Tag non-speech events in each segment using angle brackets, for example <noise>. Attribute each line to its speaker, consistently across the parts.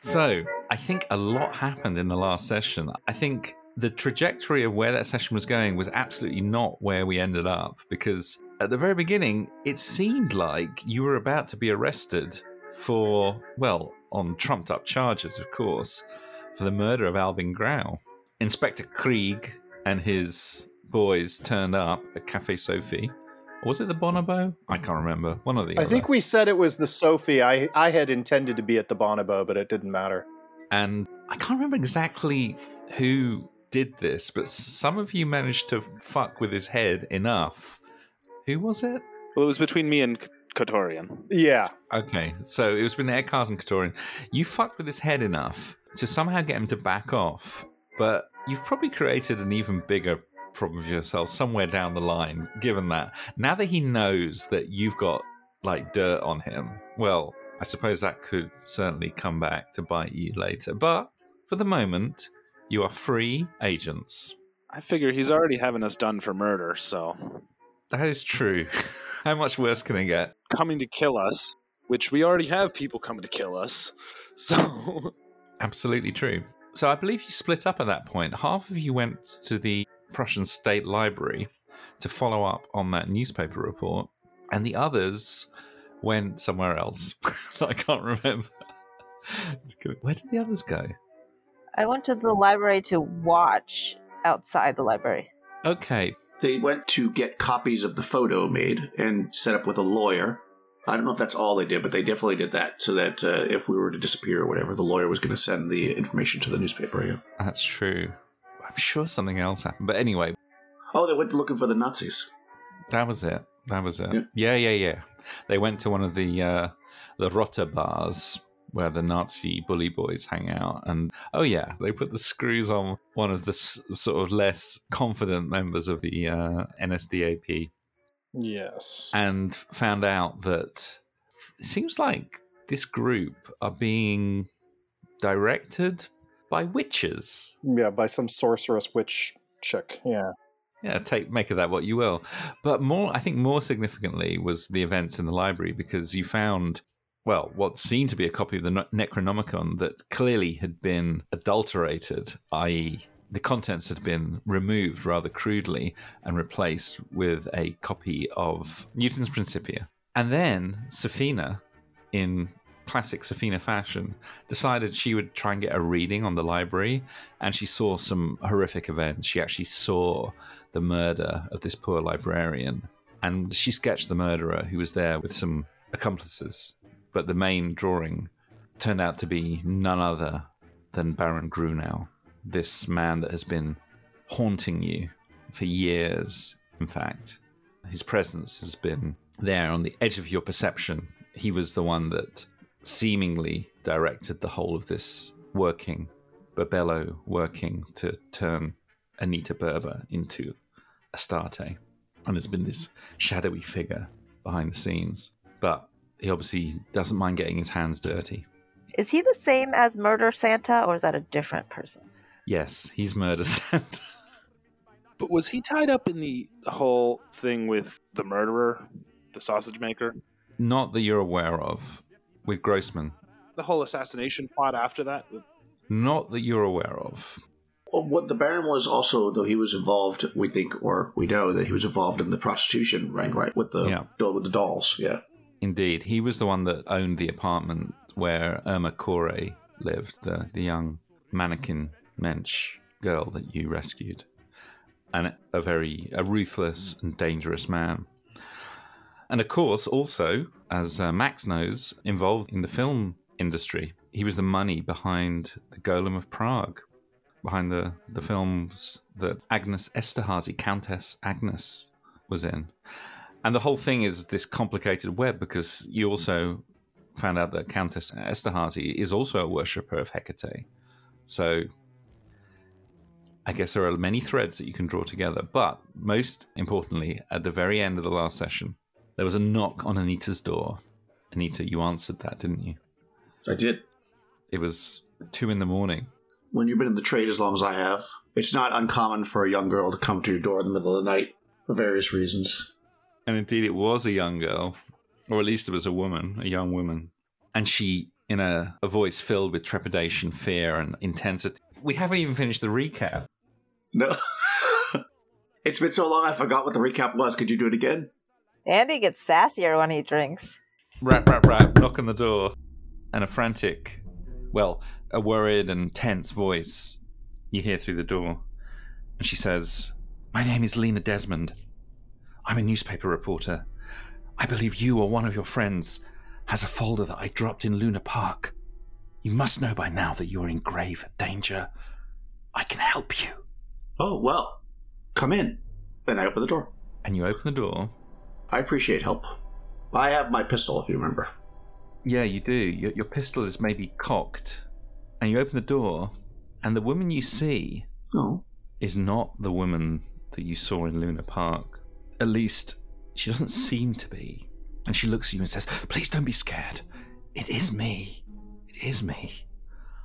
Speaker 1: So I think a lot happened in the last session. I think the trajectory of where that session was going was absolutely not where we ended up because at the very beginning, it seemed like you were about to be arrested for, well, on trumped up charges, of course, for the murder of Albin Grau. Inspector Krieg and his boys turned up at Cafe Sophie. Or was it the Bonobo? I can't remember. One of the
Speaker 2: I
Speaker 1: other.
Speaker 2: think we said it was the Sophie. I, I had intended to be at the Bonobo, but it didn't matter.
Speaker 1: and I can't remember exactly who did this, but some of you managed to fuck with his head enough. Who was it?
Speaker 3: Well, it was between me and K- Katorian.
Speaker 2: Yeah.
Speaker 1: Okay, so it was been Eckhart and Katorian. You fucked with his head enough to somehow get him to back off, but you've probably created an even bigger problem for yourself somewhere down the line, given that. Now that he knows that you've got like dirt on him, well, I suppose that could certainly come back to bite you later. But for the moment, you are free agents.
Speaker 3: I figure he's already having us done for murder, so
Speaker 1: That is true. <laughs> How much worse can it get?
Speaker 3: coming to kill us, which we already have people coming to kill us. <laughs> So
Speaker 1: Absolutely true. So I believe you split up at that point. Half of you went to the Prussian State Library to follow up on that newspaper report, and the others went somewhere else. <laughs> I can't remember. It's good. Where did the others go?
Speaker 4: I went to the library to watch outside the library.
Speaker 1: Okay.
Speaker 5: They went to get copies of the photo made and set up with a lawyer. I don't know if that's all they did, but they definitely did that so that uh, if we were to disappear or whatever, the lawyer was going to send the information to the newspaper. Yeah.
Speaker 1: That's true. I'm sure something else happened. But anyway,
Speaker 5: Oh, they went looking for the Nazis.
Speaker 1: That was it. That was it.
Speaker 5: Yeah.
Speaker 1: Yeah, yeah, yeah. They went to one of the uh, the Rotter bars where the Nazi bully boys hang out, and oh yeah, they put the screws on one of the s- sort of less confident members of the uh, NSDAP,
Speaker 2: Yes.
Speaker 1: and found out that it seems like this group are being directed by witches.
Speaker 2: Yeah, by some sorceress witch chick. Yeah.
Speaker 1: Yeah, take make of that what you will. But more, I think, more significantly was the events in the library because you found, well, what seemed to be a copy of the Ne- Necronomicon that clearly had been adulterated, i.e., the contents had been removed rather crudely and replaced with a copy of Newton's Principia. And then Safina, in classic Safina fashion, decided she would try and get a reading on the library, and she saw some horrific events. She actually saw the murder of this poor librarian. And she sketched the murderer who was there with some accomplices. But the main drawing turned out to be none other than Baron Grunau, this man that has been haunting you for years, in fact. His presence has been there on the edge of your perception. He was the one that seemingly directed the whole of this working, Babello working to turn Anita Berber into Astarte. And there's been this shadowy figure behind the scenes. But he obviously doesn't mind getting his hands dirty.
Speaker 4: Is he the same as Murder Santa, or is that a different person?
Speaker 1: Yes, he's murder sent. <laughs>
Speaker 3: But was he tied up in the whole thing with the murderer, the sausage maker?
Speaker 1: Not that you're aware of with Grossman.
Speaker 3: The whole assassination plot after that?
Speaker 1: Not that you're aware of.
Speaker 5: Well, Oh, what the Baron was also, though he was involved, we think, or we know that he was involved in the prostitution ring, right? With the
Speaker 1: Yeah.
Speaker 5: doll with the dolls. Yeah.
Speaker 1: Indeed, he was the one that owned the apartment where Irma Corey lived, the, the young mannequin mensch girl that you rescued, and a very a ruthless and dangerous man. And of course, also as uh, Max knows, involved in the film industry, he was the money behind the Golem of Prague, behind the the films that Agnes Esterhazy, Countess Agnes, was in. And the whole thing is this complicated web because you also found out that Countess Esterhazy is also a worshipper of Hecate. So I guess there are many threads that you can draw together. But most importantly, at the very end of the last session, there was a knock on Anita's door. Anita, you answered that, didn't you?
Speaker 5: I did.
Speaker 1: It was two in the morning.
Speaker 5: When you've been in the trade as long as I have, it's not uncommon for a young girl to come to your door in the middle of the night for various reasons.
Speaker 1: And indeed, it was a young girl, or at least it was a woman, a young woman. And she in a, a voice filled with trepidation, fear, and intensity. We haven't even finished the recap.
Speaker 5: No. <laughs> it's been so long I forgot what the recap was. Could you do it again?
Speaker 4: Andy gets sassier when he drinks. <laughs>
Speaker 1: Rap, rap, rap, knock on the door. And a frantic, well, a worried and tense voice you hear through the door. And she says, My name is Lena Desmond. I'm a newspaper reporter. I believe you or one of your friends has a folder that I dropped in Luna Park. You must know by now that you are in grave danger. I can help you.
Speaker 5: Oh, well. Come in. Then I open the door.
Speaker 1: And you open the door.
Speaker 5: I appreciate help. I have my pistol, if you remember.
Speaker 1: Yeah, you do. Your, your pistol is maybe cocked. And you open the door, and the woman you see
Speaker 5: Oh.
Speaker 1: is not the woman that you saw in Luna Park. At least, she doesn't seem to be. And she looks at you and says, Please don't be scared. It is me. It is me.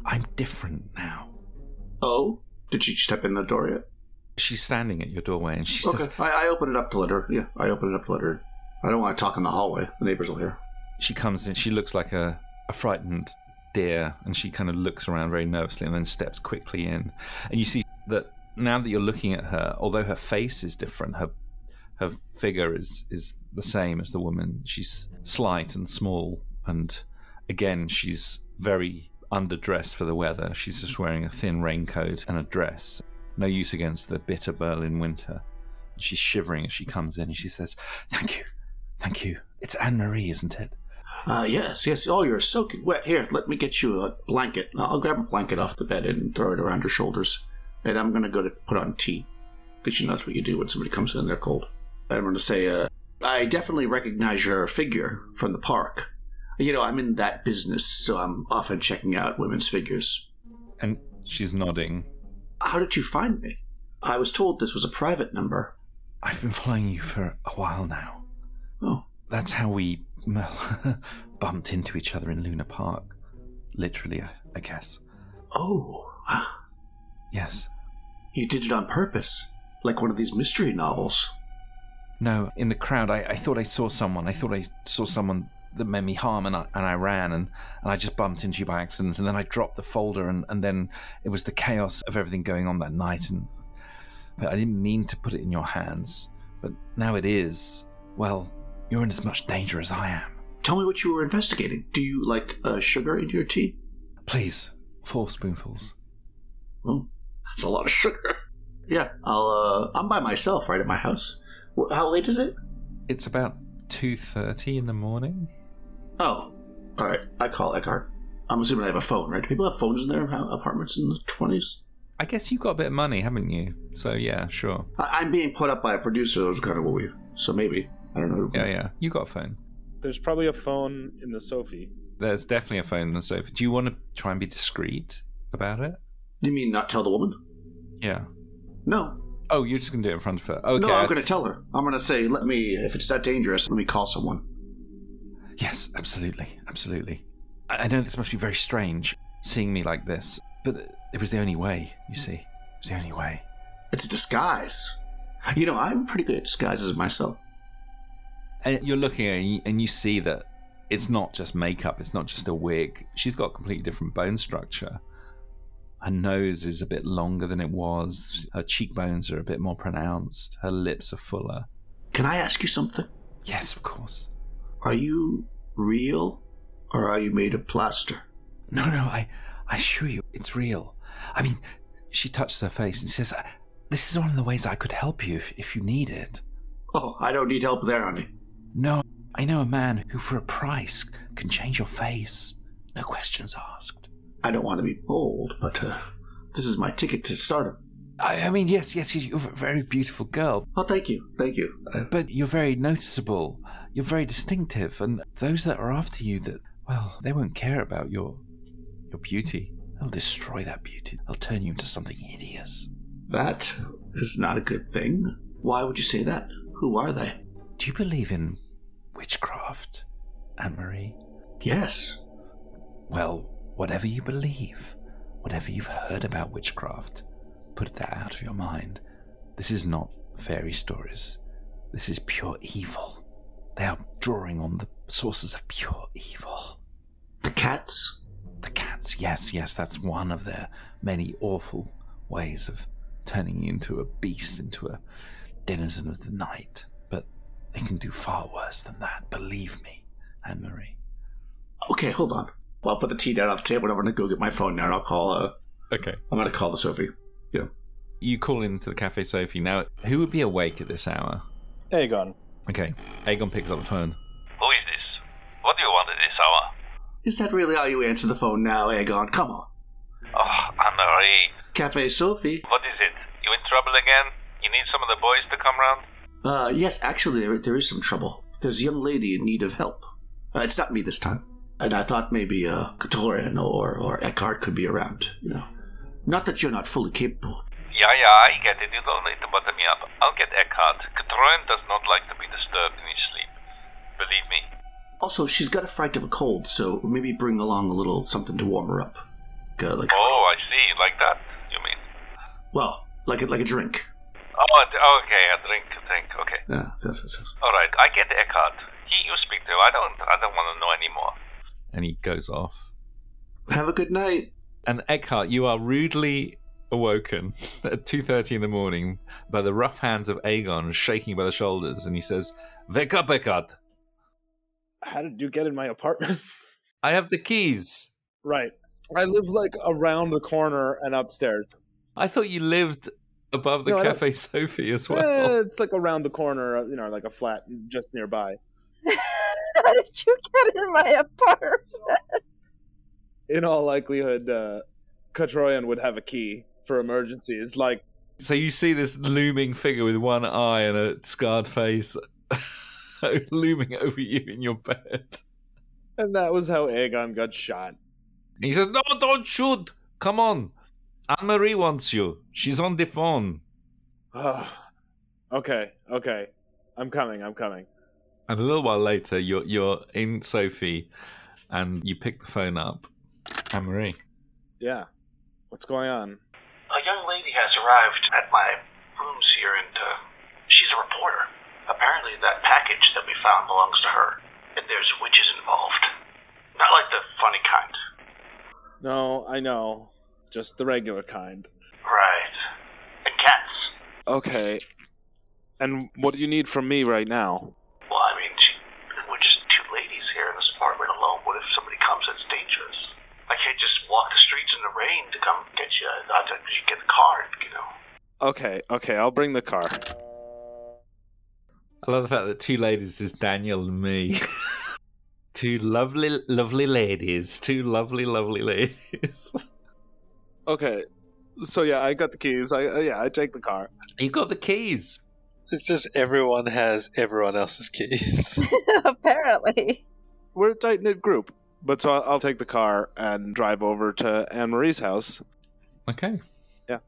Speaker 1: I'm different now.
Speaker 5: Oh? Did she step in the door yet?
Speaker 1: She's standing at your doorway and she
Speaker 5: okay.
Speaker 1: says,
Speaker 5: I, I open it up to let her. Yeah, I open it up to let her. I don't want to talk in the hallway. The neighbors will hear.
Speaker 1: She comes in, she looks like a, a frightened deer and she kind of looks around very nervously and then steps quickly in. And you see that now that you're looking at her, although her face is different, her her figure is is the same as the woman. She's slight and small, and again, she's very underdressed for the weather. She's just wearing a thin raincoat and a dress. No use against the bitter Berlin winter. She's shivering as she comes in, and she says, "Thank you, thank you. It's Anne Marie, isn't it?"
Speaker 5: Uh, yes, yes. Oh, you're soaking wet. Here, let me get you a blanket. I'll grab a blanket off the bed and throw it around her shoulders. And I'm going to go to put on tea. Because you know that's what you do when somebody comes in, they're cold. I'm going to say, uh, I definitely recognize your figure from the park. You know, I'm in that business, so I'm often checking out women's figures.
Speaker 1: And she's nodding.
Speaker 5: How did you find me? I was told this was a private number.
Speaker 1: I've been following you for a while now.
Speaker 5: Oh,
Speaker 1: That's how we well, <laughs> bumped into each other in Luna Park. Literally, I, I guess.
Speaker 5: oh, ah,
Speaker 1: Yes.
Speaker 5: you did it on purpose. Like one of these mystery novels.
Speaker 1: No, in the crowd, I, I thought I saw someone. I thought I saw someone that meant me harm, and I, and I ran, and, and I just bumped into you by accident, and then I dropped the folder, and, and then it was the chaos of everything going on that night, and but I didn't mean to put it in your hands, but now it is. Well, you're in as much danger as I am.
Speaker 5: Tell me what you were investigating. Do you like uh, sugar in your tea?
Speaker 1: Please, four spoonfuls.
Speaker 5: Oh, that's a lot of sugar. <laughs> Yeah, I'll. Uh, I'm by myself right at my house. Wh- How late is it?
Speaker 1: It's about two thirty in the morning.
Speaker 5: Oh, all right. I call Eckhart. I'm assuming I have a phone, right? Do people have phones in their ha- apartments in the twenties?
Speaker 1: I guess you've got a bit of money, haven't you? So yeah, sure.
Speaker 5: I- I'm being put up by a producer. That was kind of what we. So maybe I don't know.
Speaker 1: Yeah, yeah. You got a phone.
Speaker 3: There's probably a phone in the Sophie.
Speaker 1: There's definitely a phone in the sofa. Do you want to try and be discreet about it?
Speaker 5: You mean not tell the woman?
Speaker 1: Yeah.
Speaker 5: No,
Speaker 1: Oh, you're just gonna do it in front of her. Okay.
Speaker 5: no. I'm going to tell her. I'm going to say, let me. If it's that dangerous, let me call someone.
Speaker 1: Yes, absolutely, absolutely. I I know this must be very strange, seeing me like this, but it was the only way. You see, it was the only way.
Speaker 5: It's a disguise. You know, I'm pretty good at disguises myself.
Speaker 1: And you're looking at her and you, and you see that it's not just makeup, it's not just a wig. She's got a completely different bone structure. Her nose is a bit longer than it was, her cheekbones are a bit more pronounced, her lips are fuller.
Speaker 5: Can I ask you something?
Speaker 1: Yes, of course.
Speaker 5: Are you real or are you made of plaster?
Speaker 1: No, no, I, I assure you, it's real. I mean, she touches her face and says, "I- This is one of the ways I could help you if, if you need it.
Speaker 5: Oh, I don't need help there, honey.
Speaker 1: No, I know a man who, for a price, can change your face. No questions asked.
Speaker 5: I don't want to be bold, but uh, this is my ticket to stardom.
Speaker 1: I, I mean, yes, yes, you're a very beautiful girl,
Speaker 5: Oh, thank you, thank you. Uh,
Speaker 1: but you're very noticeable. You're very distinctive, and those that are after you, that well, they won't care about your your beauty. They'll destroy that beauty. They'll turn you into something hideous.
Speaker 5: that is not a good thing. Why would you say that? Who are they?
Speaker 1: Do you believe in witchcraft, Anne Marie?
Speaker 5: Yes.
Speaker 1: Well, whatever you believe, whatever you've heard about witchcraft, put that out of your mind. This is not fairy stories. This is pure evil. They are drawing on the sources of pure evil.
Speaker 5: The cats?
Speaker 1: The cats, yes, yes, that's one of their many awful ways of turning you into a beast, into a denizen of the night. But they can do far worse than that, believe me, Anne Marie.
Speaker 5: Okay, hold on. Well, I'll put the tea down on the table and I'm going to go get my phone now and I'll call, uh,
Speaker 1: Okay.
Speaker 5: I'm going to call the Sophie.
Speaker 1: You call into the Cafe Sophie. Now, who would be awake at this hour?
Speaker 2: Aegon.
Speaker 1: Okay. Aegon picks up the phone.
Speaker 6: Who is this? What do you want at this hour?
Speaker 5: Is that really how you answer the phone now, Aegon? Come on.
Speaker 6: Oh, Anne-Marie.
Speaker 5: Cafe Sophie?
Speaker 6: What is it? You in trouble again? You need some of the boys to come round?
Speaker 5: Uh, yes, actually, there, there is some trouble. There's a young lady in need of help. Uh, it's not me this time. And I thought maybe uh, Katorin or, or Eckhart could be around, you know. Not that you're not fully capable.
Speaker 6: Yeah, yeah, I get it. You don't need to butter me up. I'll get Eckhart. Katroin does not like to be disturbed in his sleep. Believe me.
Speaker 5: Also, she's got a fright of a cold, so maybe bring along a little something to warm her up. Like, a- like
Speaker 6: Oh, I see. Like that, you mean?
Speaker 5: well, like a, like a drink.
Speaker 6: Oh, a d- okay. A drink, a drink. Okay.
Speaker 5: Yeah, yes, yes, yes.
Speaker 6: All right. I get Eckhart. He, you speak to. I don't. I don't want to know anymore.
Speaker 1: And he goes off.
Speaker 5: Have a good night.
Speaker 1: And Eckhart, you are rudely awoken <laughs> at 2.30 in the morning by the rough hands of Aegon shaking you by the shoulders. And he says, Wake up, Eckhart.
Speaker 7: How did you get in my apartment? <laughs>
Speaker 1: I have the keys.
Speaker 7: right. I live like around the corner and upstairs.
Speaker 1: I thought you lived above the
Speaker 7: No, I don't-
Speaker 1: Cafe <laughs> Sophie as well.
Speaker 7: Eh, it's like around the corner, you know, like a flat just nearby.
Speaker 4: How did you get in my apartment? <laughs>
Speaker 7: In all likelihood, uh, Katroyan would have a key for emergencies. Like,
Speaker 1: So you see this looming figure with one eye and a scarred face <laughs> looming over you in your bed.
Speaker 7: and that was how Aegon got shot. <sighs>
Speaker 1: And he says, No, don't shoot. Come on. Anne Marie wants you. She's on the phone.
Speaker 7: Ugh. okay, okay, I'm coming, I'm coming.
Speaker 1: And a little while later, you're, you're in Sophie and you pick the phone up. Anne Marie.
Speaker 7: Yeah, what's going on?
Speaker 8: A young lady has arrived at my rooms here, and uh, she's a reporter. Apparently, that package that we found belongs to her, and there's witches involved. Not like the funny kind.
Speaker 7: No, I know, just the regular kind.
Speaker 8: Right. And cats.
Speaker 3: Okay. And what do you need from me right now?
Speaker 8: Well, I mean, she, we're just two ladies here in this apartment alone. What if somebody comes? It's dangerous. I can't just walk the streets in the rain to come get you. I, I, you get the car, you know.
Speaker 3: Okay, okay, I'll bring the car.
Speaker 1: I love the fact that two ladies is Daniel and me. <laughs> two lovely, lovely ladies. Two lovely, lovely ladies. <laughs>
Speaker 3: Okay. So yeah, I got the keys. I uh, yeah, I take the car.
Speaker 1: you got the keys.
Speaker 9: It's just everyone has everyone else's keys.
Speaker 4: Apparently.
Speaker 3: We're a tight knit group, but so I'll, I'll take the car and drive over to Anne Marie's house.
Speaker 1: Okay.
Speaker 3: Yeah.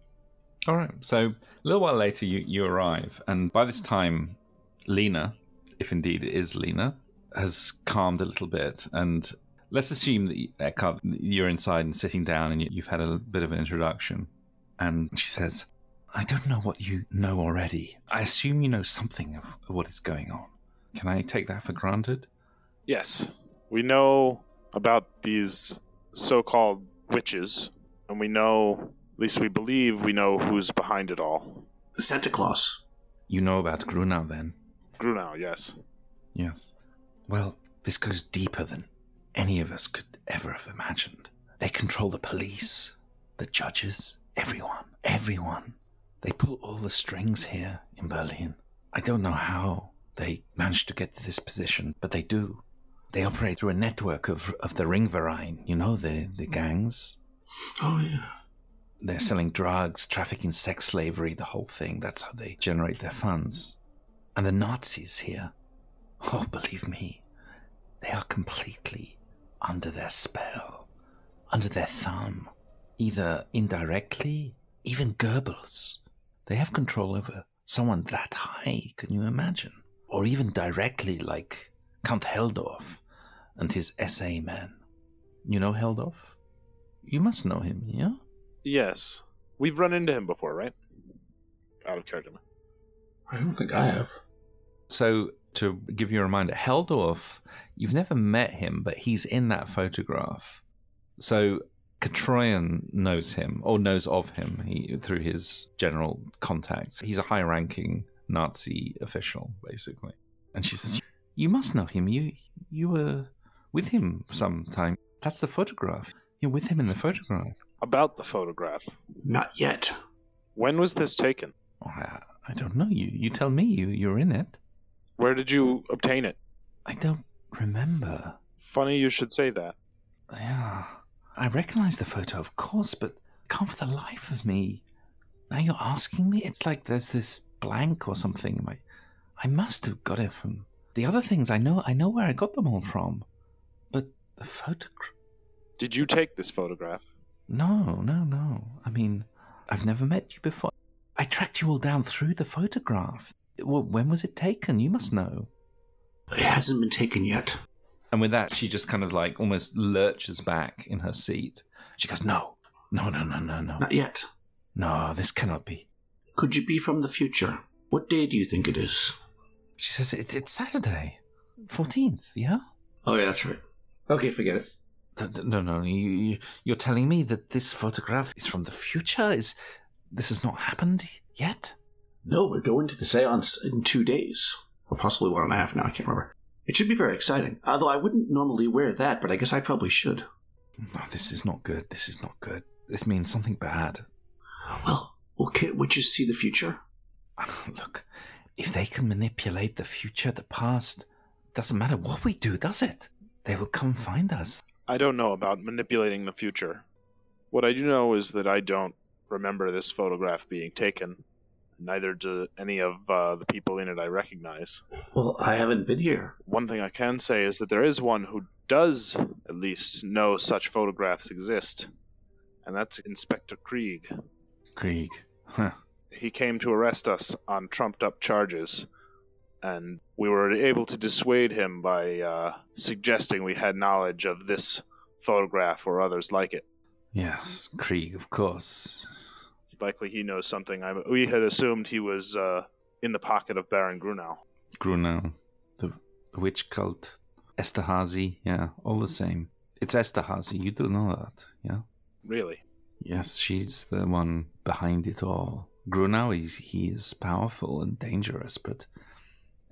Speaker 1: All right. So a little while later, you, you arrive, and by this time, Lena, if indeed it is Lena, has calmed a little bit. And let's assume that you- Eckhart, you're inside and sitting down, and you, you've had a bit of an introduction. And she says, "I don't know what you know already. I assume you know something of what is going on. Can I take that for granted?"
Speaker 3: Yes, we know about these so-called witches, and we know, at least we believe, we know who's behind it all.
Speaker 5: Santa Claus.
Speaker 1: You know about Grunau, then?
Speaker 3: Grunau, yes.
Speaker 1: Yes. Well, this goes deeper than any of us could ever have imagined. They control the police, the judges, everyone, everyone. They pull all the strings here in Berlin. I don't know how they managed to get to this position, but they do. They operate through a network of, of the Ringverein, you know, the, the gangs.
Speaker 5: Oh, yeah.
Speaker 1: They're selling drugs, trafficking sex slavery, the whole thing. That's how they generate their funds. And the Nazis here, oh, believe me, they are completely under their spell, under their thumb, either indirectly, even Goebbels. They have control over someone that high, can you imagine? Or even directly, like Count Heldorf and his SA men. You know Heldorf? You must know him, yeah?
Speaker 3: Yes, we've run into him before, right? Out of character.
Speaker 5: I don't think I have.
Speaker 1: So, to give you a reminder, Heldorf, you've never met him, but he's in that photograph. So Katroyan knows him or knows of him he, through his general contacts. He's a high ranking Nazi official, basically. And she says, You must know him. You you were with him sometime. That's the photograph. You're with him in the photograph.
Speaker 3: About the photograph.
Speaker 5: Not yet.
Speaker 3: When was this taken?
Speaker 1: "Oh, I, I don't know you. You tell me you, you're in it.
Speaker 3: Where did you obtain it?
Speaker 1: I don't remember.
Speaker 3: Funny you should say that.
Speaker 1: Yeah. I recognize the photo, of course, but can't for the life of me. Now you're asking me? It's like there's this blank or something. in My, I must have got it from the other things. I know. I know where I got them all from, but the photograph.
Speaker 3: Did you take this photograph?
Speaker 1: No, no, no. I mean, I've never met you before. I tracked you all down through the photograph. Well, when was it taken? You must know.
Speaker 5: It hasn't been taken yet.
Speaker 1: And with that, she just kind of like almost lurches back in her seat. She goes, "No, no, no, no, no, no,
Speaker 5: Not yet.
Speaker 1: no. This cannot be."
Speaker 5: Could you be from the future? What day do you think it is?
Speaker 1: She says, "It's it's Saturday, fourteenth. Yeah."
Speaker 5: Oh, yeah, that's right. Okay, forget it.
Speaker 1: No, no, no. You, you, you're telling me that this photograph is from the future? Is this has not happened yet?
Speaker 5: No, we're going to the seance in two days, or possibly one and a half now. I can't remember. It should be very exciting. Although I wouldn't normally wear that, but I guess I probably should.
Speaker 1: No, this is not good. This is not good. This means something bad. <laughs>
Speaker 5: Well, will Kit Witches see the future?
Speaker 1: Look, if they can manipulate the future, the past, doesn't matter what we do, does it? They will come find us.
Speaker 3: I don't know about manipulating the future. What I do know is that I don't remember this photograph being taken. Neither do any of uh, the people in it I recognize.
Speaker 5: Well, I haven't been here.
Speaker 3: One thing I can say is that there is one who does at least know such photographs exist, and that's Inspector Krieg.
Speaker 1: Krieg. Huh.
Speaker 3: He came to arrest us on trumped up charges, and we were able to dissuade him by uh, suggesting we had knowledge of this photograph or others like it.
Speaker 1: Yes, Krieg, of course.
Speaker 3: It's likely he knows something. I, we had assumed he was uh, in the pocket of Baron Grunau.
Speaker 1: Grunau, the witch cult, Esterhazy, yeah, all the same. It's Esterhazy, you do know that, yeah?
Speaker 3: Really?
Speaker 1: Yes, she's the one behind it all. Grunau, is, he is powerful and dangerous, but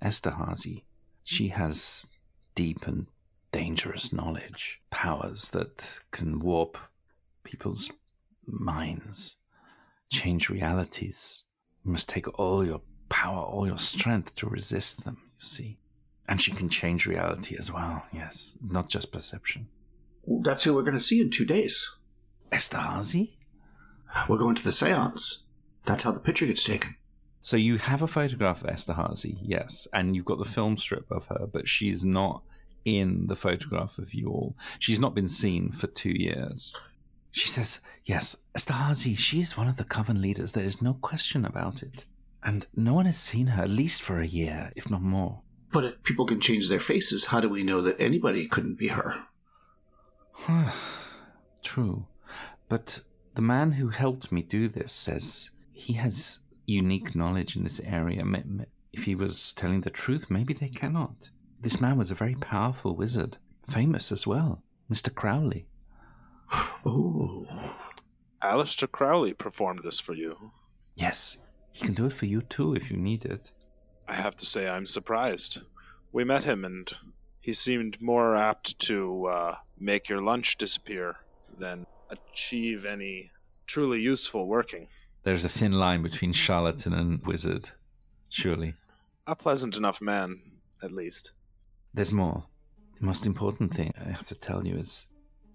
Speaker 1: Esterhazy, she has deep and dangerous knowledge, powers that can warp people's minds, change realities. You must take all your power, all your strength to resist them, you see. And she can change reality as well, yes, not just perception.
Speaker 5: That's who we're going to see in two days.
Speaker 1: Esterhazy?
Speaker 5: We're going to the seance. That's how the picture gets taken.
Speaker 1: So you have a photograph of Esterhazy, yes, and you've got the film strip of her, but she's not in the photograph of you all. She's not been seen for two years. She says, Yes, Esterhazy, she is one of the coven leaders. There is no question about it. And no one has seen her, at least for a year, if not more.
Speaker 5: But if people can change their faces, how do we know that anybody couldn't be her?
Speaker 1: <sighs> True. But the man who helped me do this says he has unique knowledge in this area. Ma- ma- If he was telling the truth, maybe they cannot. This man was a very powerful wizard, famous as well, Mr. Crowley.
Speaker 5: Oh,
Speaker 3: Alistair Crowley performed this for you.
Speaker 1: Yes, he can do it for you too if you need it.
Speaker 3: I have to say, I'm surprised. We met him, and he seemed more apt to uh, make your lunch disappear than achieve any truly useful working.
Speaker 1: There's a thin line between charlatan and wizard, surely.
Speaker 3: A pleasant enough man, at least.
Speaker 1: There's more. The most important thing I have to tell you is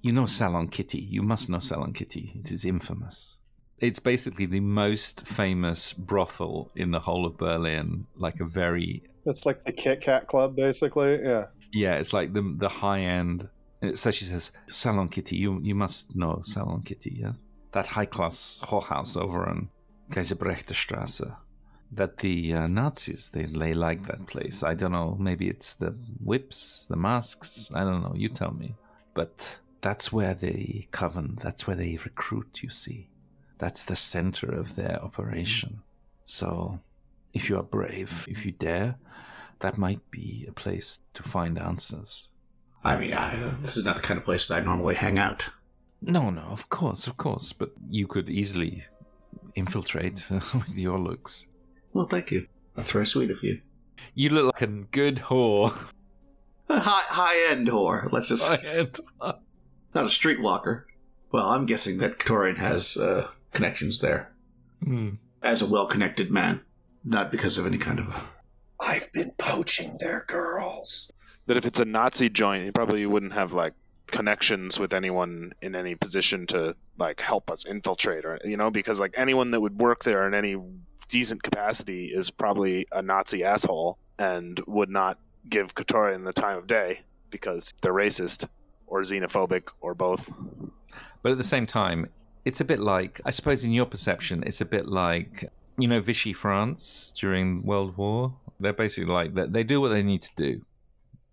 Speaker 1: you know Salon Kitty. You must know Salon Kitty. It is infamous. It's basically the most famous brothel in the whole of Berlin, like a very
Speaker 2: It's like the Kit Kat Club, basically. Yeah.
Speaker 1: Yeah, it's like the the high end. So she says, "Salon Kitty, you you must know Salon Kitty, yeah, that high class whorehouse over on Kaiserbrechtstrasse, that the uh, Nazis they they like that place. I don't know, maybe it's the whips, the masks. I don't know. You tell me. But that's where they coven. That's where they recruit. You see, that's the center of their operation. So, if you are brave, if you dare, that might be a place to find answers.
Speaker 5: I mean, I, this is not the kind of place that I normally hang out.
Speaker 1: No, no, of course, of course. But you could easily infiltrate with your looks.
Speaker 5: Well, thank you. That's very sweet of you.
Speaker 1: <laughs> You look like a good whore. <laughs>
Speaker 5: A high high end whore. Let's just
Speaker 1: And-
Speaker 5: not a streetwalker. Well, I'm guessing that Katorian has uh, connections there
Speaker 1: Hmm.
Speaker 5: as a well connected man, not because of any kind of. I've been poaching their girls.
Speaker 3: That if it's a Nazi joint, he probably wouldn't have like connections with anyone in any position to like help us infiltrate or you know because like anyone that would work there in any decent capacity is probably a Nazi asshole and would not give Katorian the time of day because they're racist or xenophobic or both.
Speaker 1: But at the same time, it's a bit like, I suppose, in your perception, it's a bit like, you know, Vichy France during World War. They're basically like that. They do what they need to do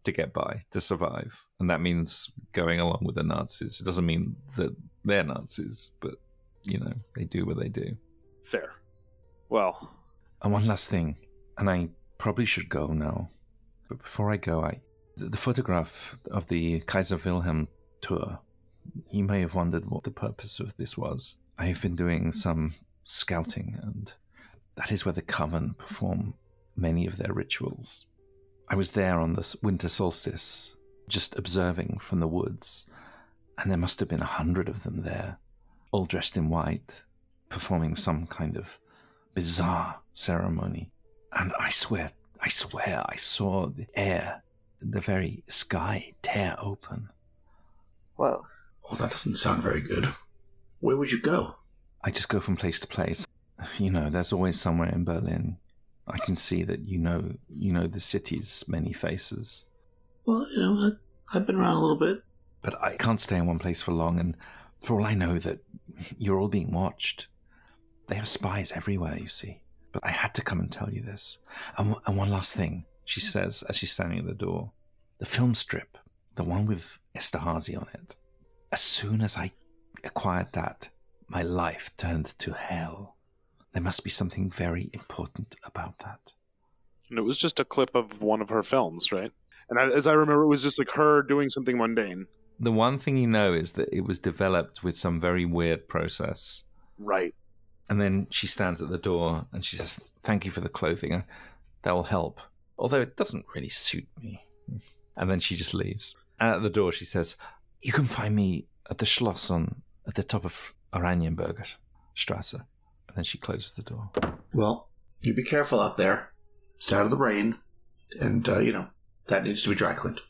Speaker 1: to get by, to survive, and that means going along with the Nazis. It doesn't mean that they're Nazis, but you know, they do what they do.
Speaker 3: Fair. Well,
Speaker 1: And one last thing, and I probably should go now. But before I go, I the, the photograph of the Kaiser Wilhelm tour. You may have wondered what the purpose of this was. I have been doing some scouting, and that is where the coven perform many of their rituals. I was there on the s- winter solstice, just observing from the woods, and there must have been a hundred of them there, all dressed in white, performing some kind of bizarre ceremony. And I swear, I swear, I saw the air, the very sky tear open.
Speaker 4: Whoa.
Speaker 5: Well, oh, that doesn't sound very good. Where would you go?
Speaker 1: I just go from place to place. You know, there's always somewhere in Berlin. I can see that you know, you know the city's many faces.
Speaker 5: Well, you know, what? I've been around a little bit.
Speaker 1: But I can't stay in one place for long, and for all I know, that you're all being watched. They have spies everywhere, you see. But I had to come and tell you this. And, and one last thing, she says as she's standing at the door the film strip, the one with Esterhazy on it. As soon as I acquired that, my life turned to hell. There must be something very important about that.
Speaker 3: and it was just a clip of one of her films, right? And I, as I remember, it was just like her doing something mundane.
Speaker 1: The one thing you know is that it was developed with some very weird process.
Speaker 3: Right.
Speaker 1: And then she stands at the door and she says, Thank you for the clothing. That will help. Although it doesn't really suit me. And then she just leaves. And at the door, she says, You can find me at the Schloss on at the top of Oranienburger Strasse. And then she closes the door.
Speaker 5: Well, you be careful out there. It's out of the rain, and uh, you know that needs to be dry cleaned.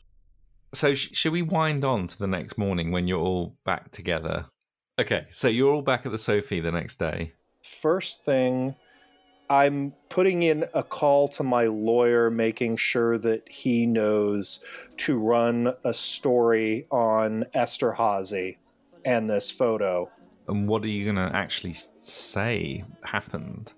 Speaker 1: So, sh- should we wind on to the next morning when you're all back together? Okay, so you're all back at the Sophie the next day.
Speaker 2: First thing, I'm putting in a call to my lawyer, making sure that he knows to run a story on Esther Hazy and this photo.
Speaker 1: And what are you going to actually s- say happened?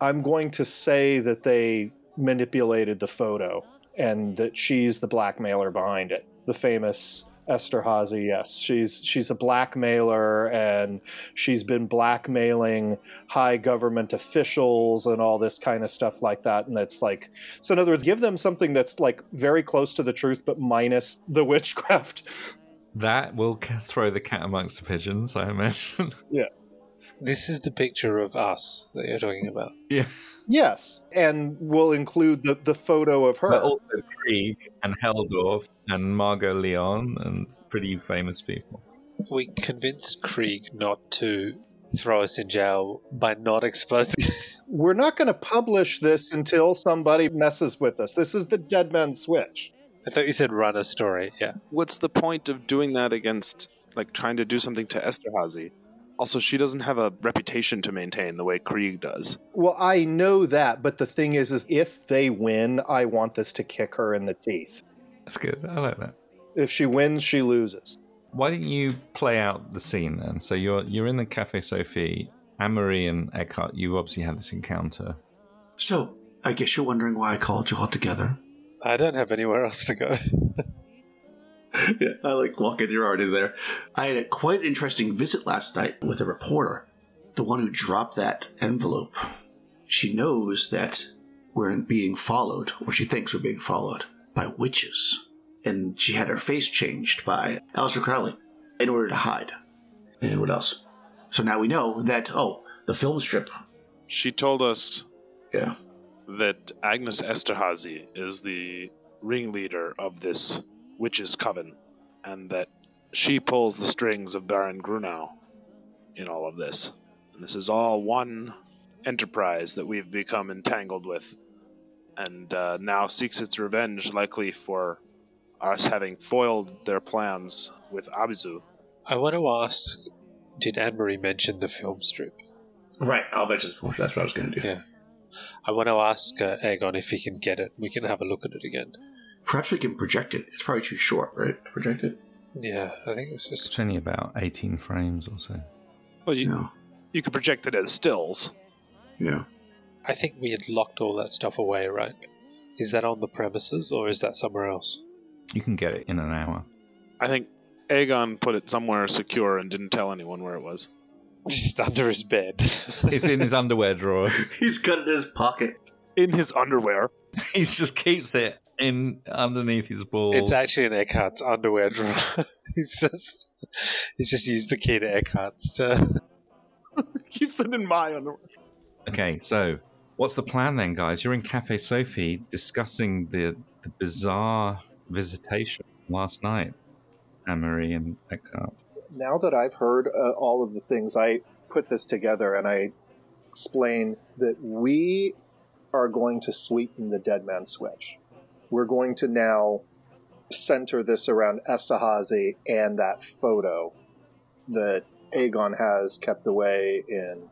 Speaker 2: I'm going to say that they manipulated the photo and that she's the blackmailer behind it. The famous Esther Hazy, yes. She's she's a blackmailer and she's been blackmailing high government officials and all this kind of stuff like that. And it's like so in other words, give them something that's like very close to the truth but minus the <laughs> witchcraft.
Speaker 1: That will ca- throw the cat amongst the pigeons, I imagine. <laughs>
Speaker 9: This is the picture of us that you're talking about.
Speaker 1: yeah.
Speaker 2: yes. And we'll include the, the photo of her.
Speaker 1: But also Krieg and Heldorf and Margot Leon and pretty famous people.
Speaker 9: We convinced Krieg not to throw us in jail by not exposing. <laughs>
Speaker 2: we're not going to publish this until somebody messes with us. This is the dead man switch.
Speaker 9: I thought you said run a story. Yeah.
Speaker 3: What's the point of doing that against, like, trying to do something to Esterhazy? Also, she doesn't have a reputation to maintain the way Krieg does.
Speaker 2: Well, I know that, but the thing is, is if they win, I want this to kick her in the teeth.
Speaker 1: That's good. I like that.
Speaker 2: If she wins, she loses.
Speaker 1: Why don't you play out the scene then? So you're you're in the Cafe Sophie. Anne-Marie and Eckhart, you've obviously had this encounter.
Speaker 5: So I guess you're wondering why I called you all together.
Speaker 9: I don't have anywhere else to go. <laughs>
Speaker 5: yeah, <laughs> I like walking through already there. I had a quite interesting visit last night with a reporter, the one who dropped that envelope. She knows that we're being followed, or she thinks we're being followed, by witches. And she had her face changed by Alistair Crowley in order to hide. And what else? So now we know that, oh, the film strip.
Speaker 3: She told us
Speaker 5: Yeah.
Speaker 3: that Agnes Esterhazy is the ringleader of this witch's coven, and that she pulls the strings of Baron Grunau in all of this. And this is all one enterprise that we've become entangled with, and uh, now seeks its revenge, likely for us having foiled their plans with Abizu.
Speaker 9: I want to ask did Anne Marie mention the film strip?
Speaker 5: Right, I'll mention this. That's what I was going to do.
Speaker 9: Yeah. I want to ask uh, Aegon if he can get it. We can have a look at it again.
Speaker 5: Perhaps we can project it. It's probably too short, right? To project it?
Speaker 9: Yeah, I think it's just.
Speaker 1: It's only about 18 frames or so.
Speaker 3: Well, you,
Speaker 5: No.
Speaker 3: you could project it as stills.
Speaker 5: Yeah.
Speaker 9: I think we had locked all that stuff away, right? Is that on the premises or is that somewhere
Speaker 1: <laughs>
Speaker 9: else?
Speaker 1: You can get it in an hour.
Speaker 3: I think Aegon put it somewhere secure and didn't tell anyone where it was.
Speaker 9: Just under his bed.
Speaker 1: It's in his <laughs> underwear drawer.
Speaker 5: <laughs> He's got it in his pocket.
Speaker 3: In his underwear.
Speaker 1: He just keeps it in underneath his balls.
Speaker 9: It's actually in Eckhart's underwear drawer. <laughs> he's just he's just used the key to Eckhart's to
Speaker 3: <laughs> Keeps it in my underwear.
Speaker 1: Okay, so what's the plan then, guys? You're in Cafe Sophie discussing the, the bizarre visitation last night, Anne Marie and Eckhart.
Speaker 2: now that I've heard uh, all of the things, I put this together and I explain that we are going to sweeten the dead man switch. We're going to now center this around Esterhazy and that photo that Aegon has kept away in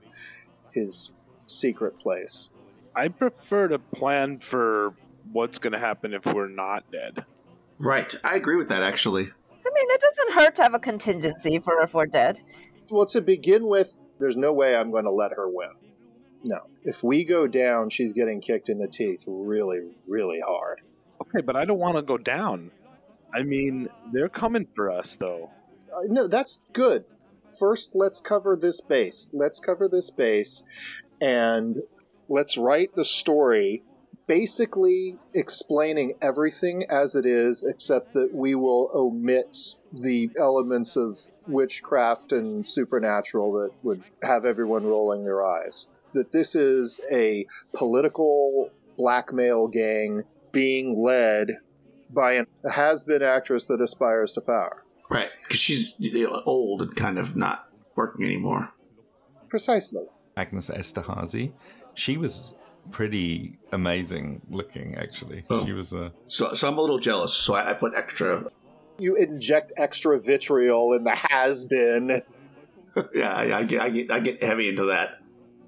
Speaker 2: his secret place.
Speaker 3: I prefer to plan for what's going to happen if we're not dead.
Speaker 5: Right. I agree with that, actually.
Speaker 4: I mean, it doesn't hurt to have a contingency for if we're dead.
Speaker 2: Well, to begin with, there's no way I'm going to let her win. No. If we go down, she's getting kicked in the teeth really, really hard.
Speaker 3: Okay, but I don't want to go down. I mean, they're coming for us, though.
Speaker 2: Uh, no, that's good. First, let's cover this base. Let's cover this base and let's write the story basically explaining everything as it is, except that we will omit the elements of witchcraft and supernatural that would have everyone rolling their eyes. That this is a political blackmail gang being led by an, a has been actress that aspires to power.
Speaker 5: Right. Because she's you know, old and kind of not working anymore.
Speaker 2: Precisely.
Speaker 1: Agnes Esterhazy. She was pretty amazing looking, actually.
Speaker 5: Oh.
Speaker 1: She was uh, a.
Speaker 5: So, so I'm a little jealous. So I, I put extra. <laughs>
Speaker 2: you inject extra vitriol in the has been.
Speaker 5: yeah, I, I get, I get, I get heavy into that.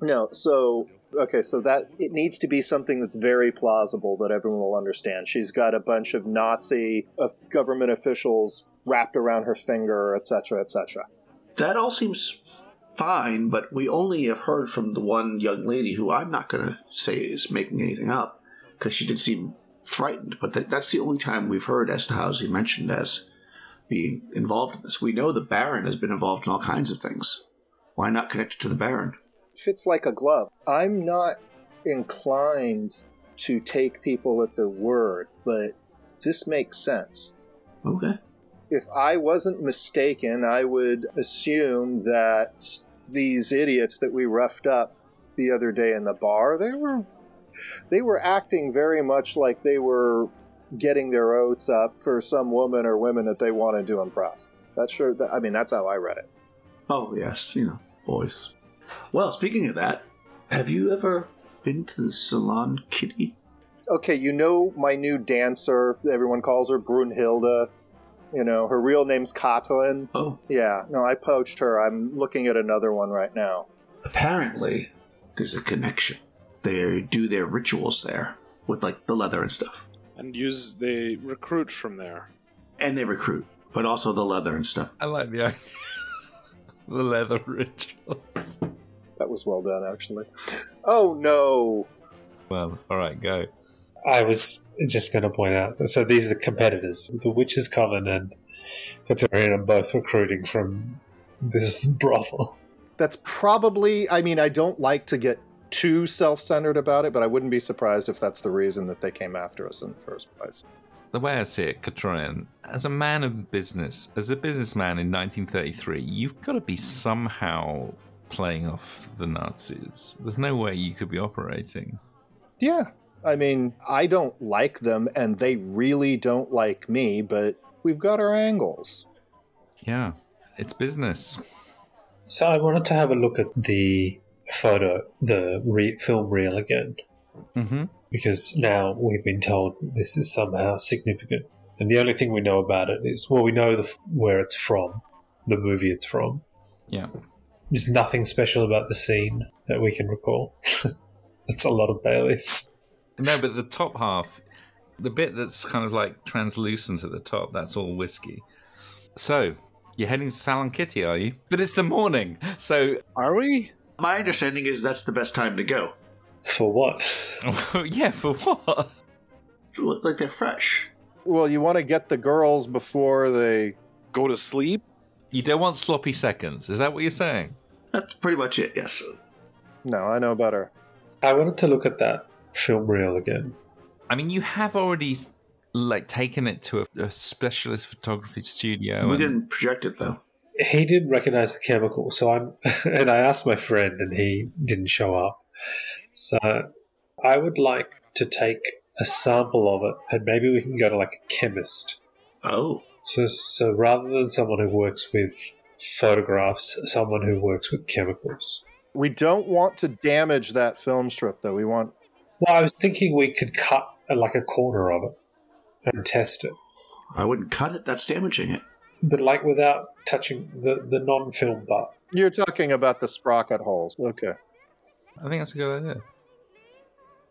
Speaker 2: No, so okay, so that it needs to be something that's very plausible that everyone will understand. She's got a bunch of Nazi of government officials wrapped around her finger, etc., etc.
Speaker 5: That all seems fine, but we only have heard from the one young lady who I'm not going to say is making anything up because she did seem frightened. But that, that's the only time we've heard as to how she mentioned as being involved in this. We know the Baron has been involved in all kinds of things. Why not connect it to the Baron?
Speaker 2: Fits like a glove. I'm not inclined to take people at their word, but this makes sense.
Speaker 5: Okay.
Speaker 2: if I wasn't mistaken, I would assume that these idiots that we roughed up the other day in the bar, they were they were acting very much like they were getting their oats up for some woman or women that they wanted to impress. That's sure. That, I mean, that's how I read it.
Speaker 5: Oh, yes, you know, boys. Well, speaking of that, have you ever been to the Salon Kitty?
Speaker 2: Okay, you know my new dancer. Everyone calls her Brunhilde. You know her real name's Katalin.
Speaker 5: Oh,
Speaker 2: Yeah, no, I poached her. I'm looking at another one right now.
Speaker 5: apparently there's a connection. They do their rituals there with like the leather and stuff,
Speaker 3: And use they recruit from there.
Speaker 5: and they recruit, but also the leather and stuff.
Speaker 1: I like the <laughs> idea. the leather rituals.
Speaker 2: That was well done, actually. Oh no!
Speaker 1: Well, all right, go.
Speaker 9: I was just going to point out. So these are competitors. The Witches Coven and Katarina are both recruiting from this <laughs> brothel.
Speaker 2: That's probably, I mean, I don't like to get too self centered about it, but I wouldn't be surprised if that's the reason that they came after us in the first place.
Speaker 7: the way I see it, Katronian, as a man of business, as a businessman in 1933, you've got to be somehow playing off the Nazis. There's no way you could be operating.
Speaker 2: Yeah. I mean, I don't like them and they really don't like me, but we've got our angles.
Speaker 7: Yeah, it's business.
Speaker 9: So I wanted to have a look at the photo, the re- film reel again,
Speaker 7: Mm-hmm.
Speaker 9: because now we've been told this is somehow significant. And the only thing we know about it is well, we know the, where it's from, the movie it's from.
Speaker 7: Yeah.
Speaker 9: There's nothing special about the scene that we can recall. <laughs> That's a lot of Baileys.
Speaker 7: No, but the top half, the bit that's kind of like translucent at the top, that's all whiskey. So you're heading to Salon Kitty, are you? But it's the morning. So, <laughs>
Speaker 3: Are we?
Speaker 5: My understanding is that's the best time to go.
Speaker 9: For what?
Speaker 7: Oh. yeah, for what?
Speaker 5: Look like they're fresh.
Speaker 2: Well, you want to get the girls before they.
Speaker 3: Go to sleep?
Speaker 7: You don't want sloppy seconds. Is that what you're saying?
Speaker 5: That's pretty much it. Yes.
Speaker 2: No, I know better.
Speaker 9: I wanted to look at that film reel again.
Speaker 7: I mean, you have already like taken it to a, a specialist photography studio.
Speaker 5: we
Speaker 7: and-
Speaker 5: didn't project it though.
Speaker 9: He didn't recognize the chemical, so I'm <laughs> and I asked my friend and he didn't show up. So I would like to take a sample of it and maybe we can go to like a chemist.
Speaker 5: Oh,
Speaker 9: So so rather than someone who works with photographs, someone who works with chemicals.
Speaker 2: We don't want to damage that film strip, though. We want.
Speaker 9: Well, I was thinking we could cut uh, like a corner of it and test it.
Speaker 5: I wouldn't cut it. That's damaging it.
Speaker 9: But like without touching the, the non film part.
Speaker 2: You're talking about the sprocket holes. Okay.
Speaker 7: I think that's a good idea.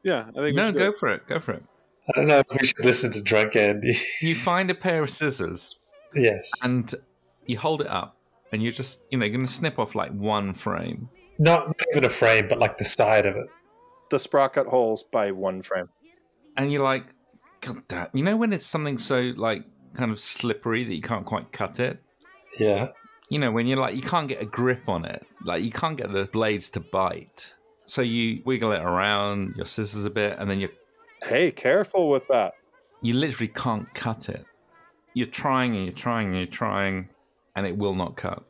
Speaker 3: Yeah, I think
Speaker 7: No,
Speaker 3: we should
Speaker 7: go for it. Go for it.
Speaker 9: I don't know if we should listen to drunk Andy. <laughs>
Speaker 7: You find a pair of scissors
Speaker 9: yes.
Speaker 7: and you hold it up, and you're just you know going to snip off like one frame.
Speaker 9: Not not even a frame, but like the side of it.
Speaker 2: The sprocket holes by one frame.
Speaker 7: and you're like, God damn. You know when it's something so like kind of slippery that you can't quite cut it?
Speaker 9: Yeah.
Speaker 7: You know, when you're like you can't get a grip on it. Like you can't get the blades to bite. So you wiggle it around, your scissors a bit, and then you
Speaker 2: Hey, careful with that.
Speaker 7: you literally can't cut it. You're trying and you're trying and you're trying and it will not cut.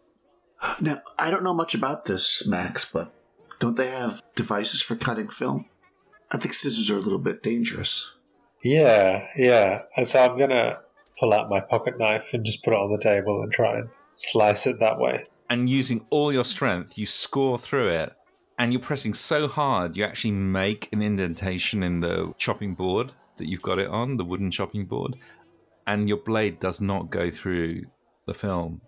Speaker 5: Now I don't know much about this, Max, but don't they have devices for cutting film? I think scissors are a little bit dangerous.
Speaker 9: Yeah, yeah. And so I'm gonna pull out my pocket knife and just put it on the table and try and slice it that way.
Speaker 7: And using all your strength, you score through it and you're pressing so hard you actually make an indentation in the chopping board that you've got it on, the wooden chopping board, and your blade does not go through the film.